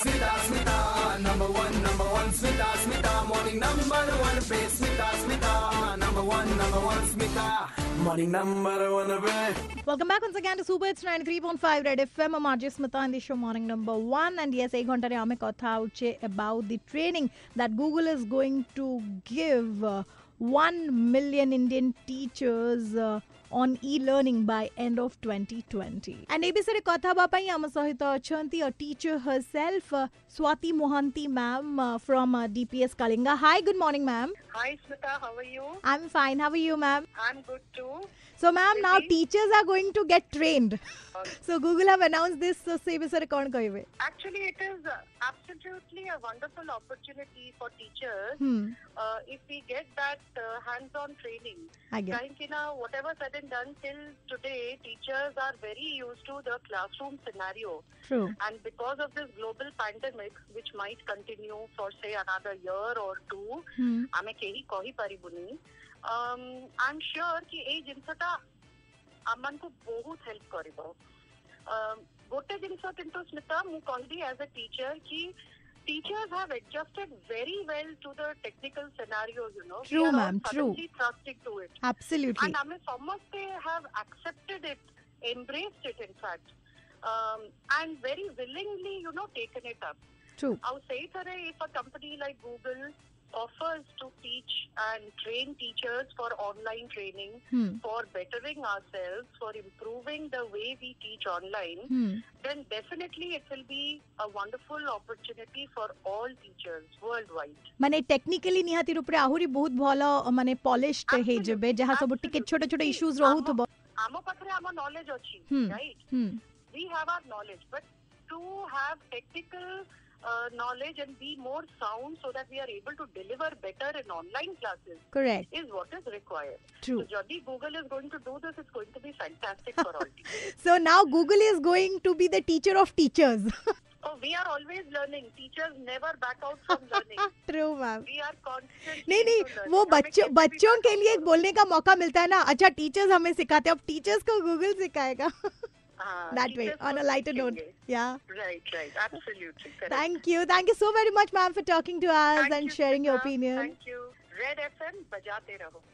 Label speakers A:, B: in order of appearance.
A: Smita, Smita, number one, number one, Smita, Smita, morning number one, पे Smita, Smita, number one, number one, Smita, morning number one, पे.
B: Welcome back once again to Super It's 93.5 Red FM. I'm RJ Smita in the show Morning Number 1. And yes, ek ghanta mein kotha uche about the training that Google is going to give uh, 1 million Indian teachers uh, on e-learning by end of 2020. And ABCରେ କଥା ହେବା ପାଇଁ ଆମ ସହିତ ଅଛନ୍ତି a teacher herself, uh, Swati Mohanty ma'am uh, from uh, DPS Kalinga. Hi, good morning ma'am.
C: Hi, Smita. How are you?
B: I'm fine. How are you ma'am?
C: I'm good too.
B: So, ma'am, now
C: Busy.
B: teachers are going to get trained.
C: Okay.
B: So, Google have announced this. So, say, sir, कौन कहिबे
C: Actually, it is uh, absolutely a wonderful opportunity for teachers
B: Hmm.
C: uh, if we get that uh, hands-on training.
B: Again.
C: Kahin ki na, whatever said and done till today, teachers are very used to the classroom scenario.
B: True.
C: And because of this global pandemic, which might continue for say another year or two,
B: Hmm.
C: हमें केही कही परिबुनी I am sure कि एई जिंसटा आमनकु बहुत help करिवो गोटे जिंस किंतु स्मिता मु कहबी एज अ टीचर कि teachers have adjusted very well to the technical scenario you know
B: True, ma'am, true.
C: Trusting to it
B: Absolutely.
C: and I mean, Samaste have accepted it, embraced it, in fact, um, and very willingly, you know, taken it up.
B: True.
C: Our Saitare, if a company like Google offers to teach and train teachers for online training,
B: Hmm.
C: for bettering ourselves, for improving the way we teach online,
B: Hmm.
C: then definitely it will be a wonderful opportunity for all teachers worldwide.
B: माने technically निहाती रूप रे आहुरी बहुत भलो माने polished हे जेबे जहा सब टिके छोटे छोटे इश्यूज रहू थबो
C: आम पाखे आम नॉलेज अच्छी
B: Hmm.
C: Right
B: Hmm.
C: we have our knowledge, but to have technical uh, knowledge and be more sound so that we are able to deliver better in online classes
B: Correct.
C: is what is required.
B: True.
C: So, Jodi Google is going to do this, it's going to be fantastic for all teachers.
B: So now Google is going to be the teacher of teachers.
C: So, we are always learning. Teachers never back out from learning.
B: True ma'am.
C: We are constantly.
B: नहीं नहीं
C: into learning.
B: वो
C: हमें
B: बच्चों
C: कभी भी
B: बच्चों
C: back
B: के
C: out
B: लिए एक
C: करो।
B: बोलने का मौका मिलता है ना अच्छा टीचर्स हमें सिखाते हैं अब टीचर्स को गूगल सिखाएगा
C: हाँ,
B: that way
C: Ah, teachers
B: on a
C: को
B: lighter note
C: सीखेंगे.
B: yeah
C: Right, right. Absolutely. Correct.
B: Thank you. Thank you so very much, ma'am, for talking to us
C: Thank
B: and
C: you,
B: sharing your
C: Smita.
B: opinion.
C: Thank you. Red FM, बजाते रहो.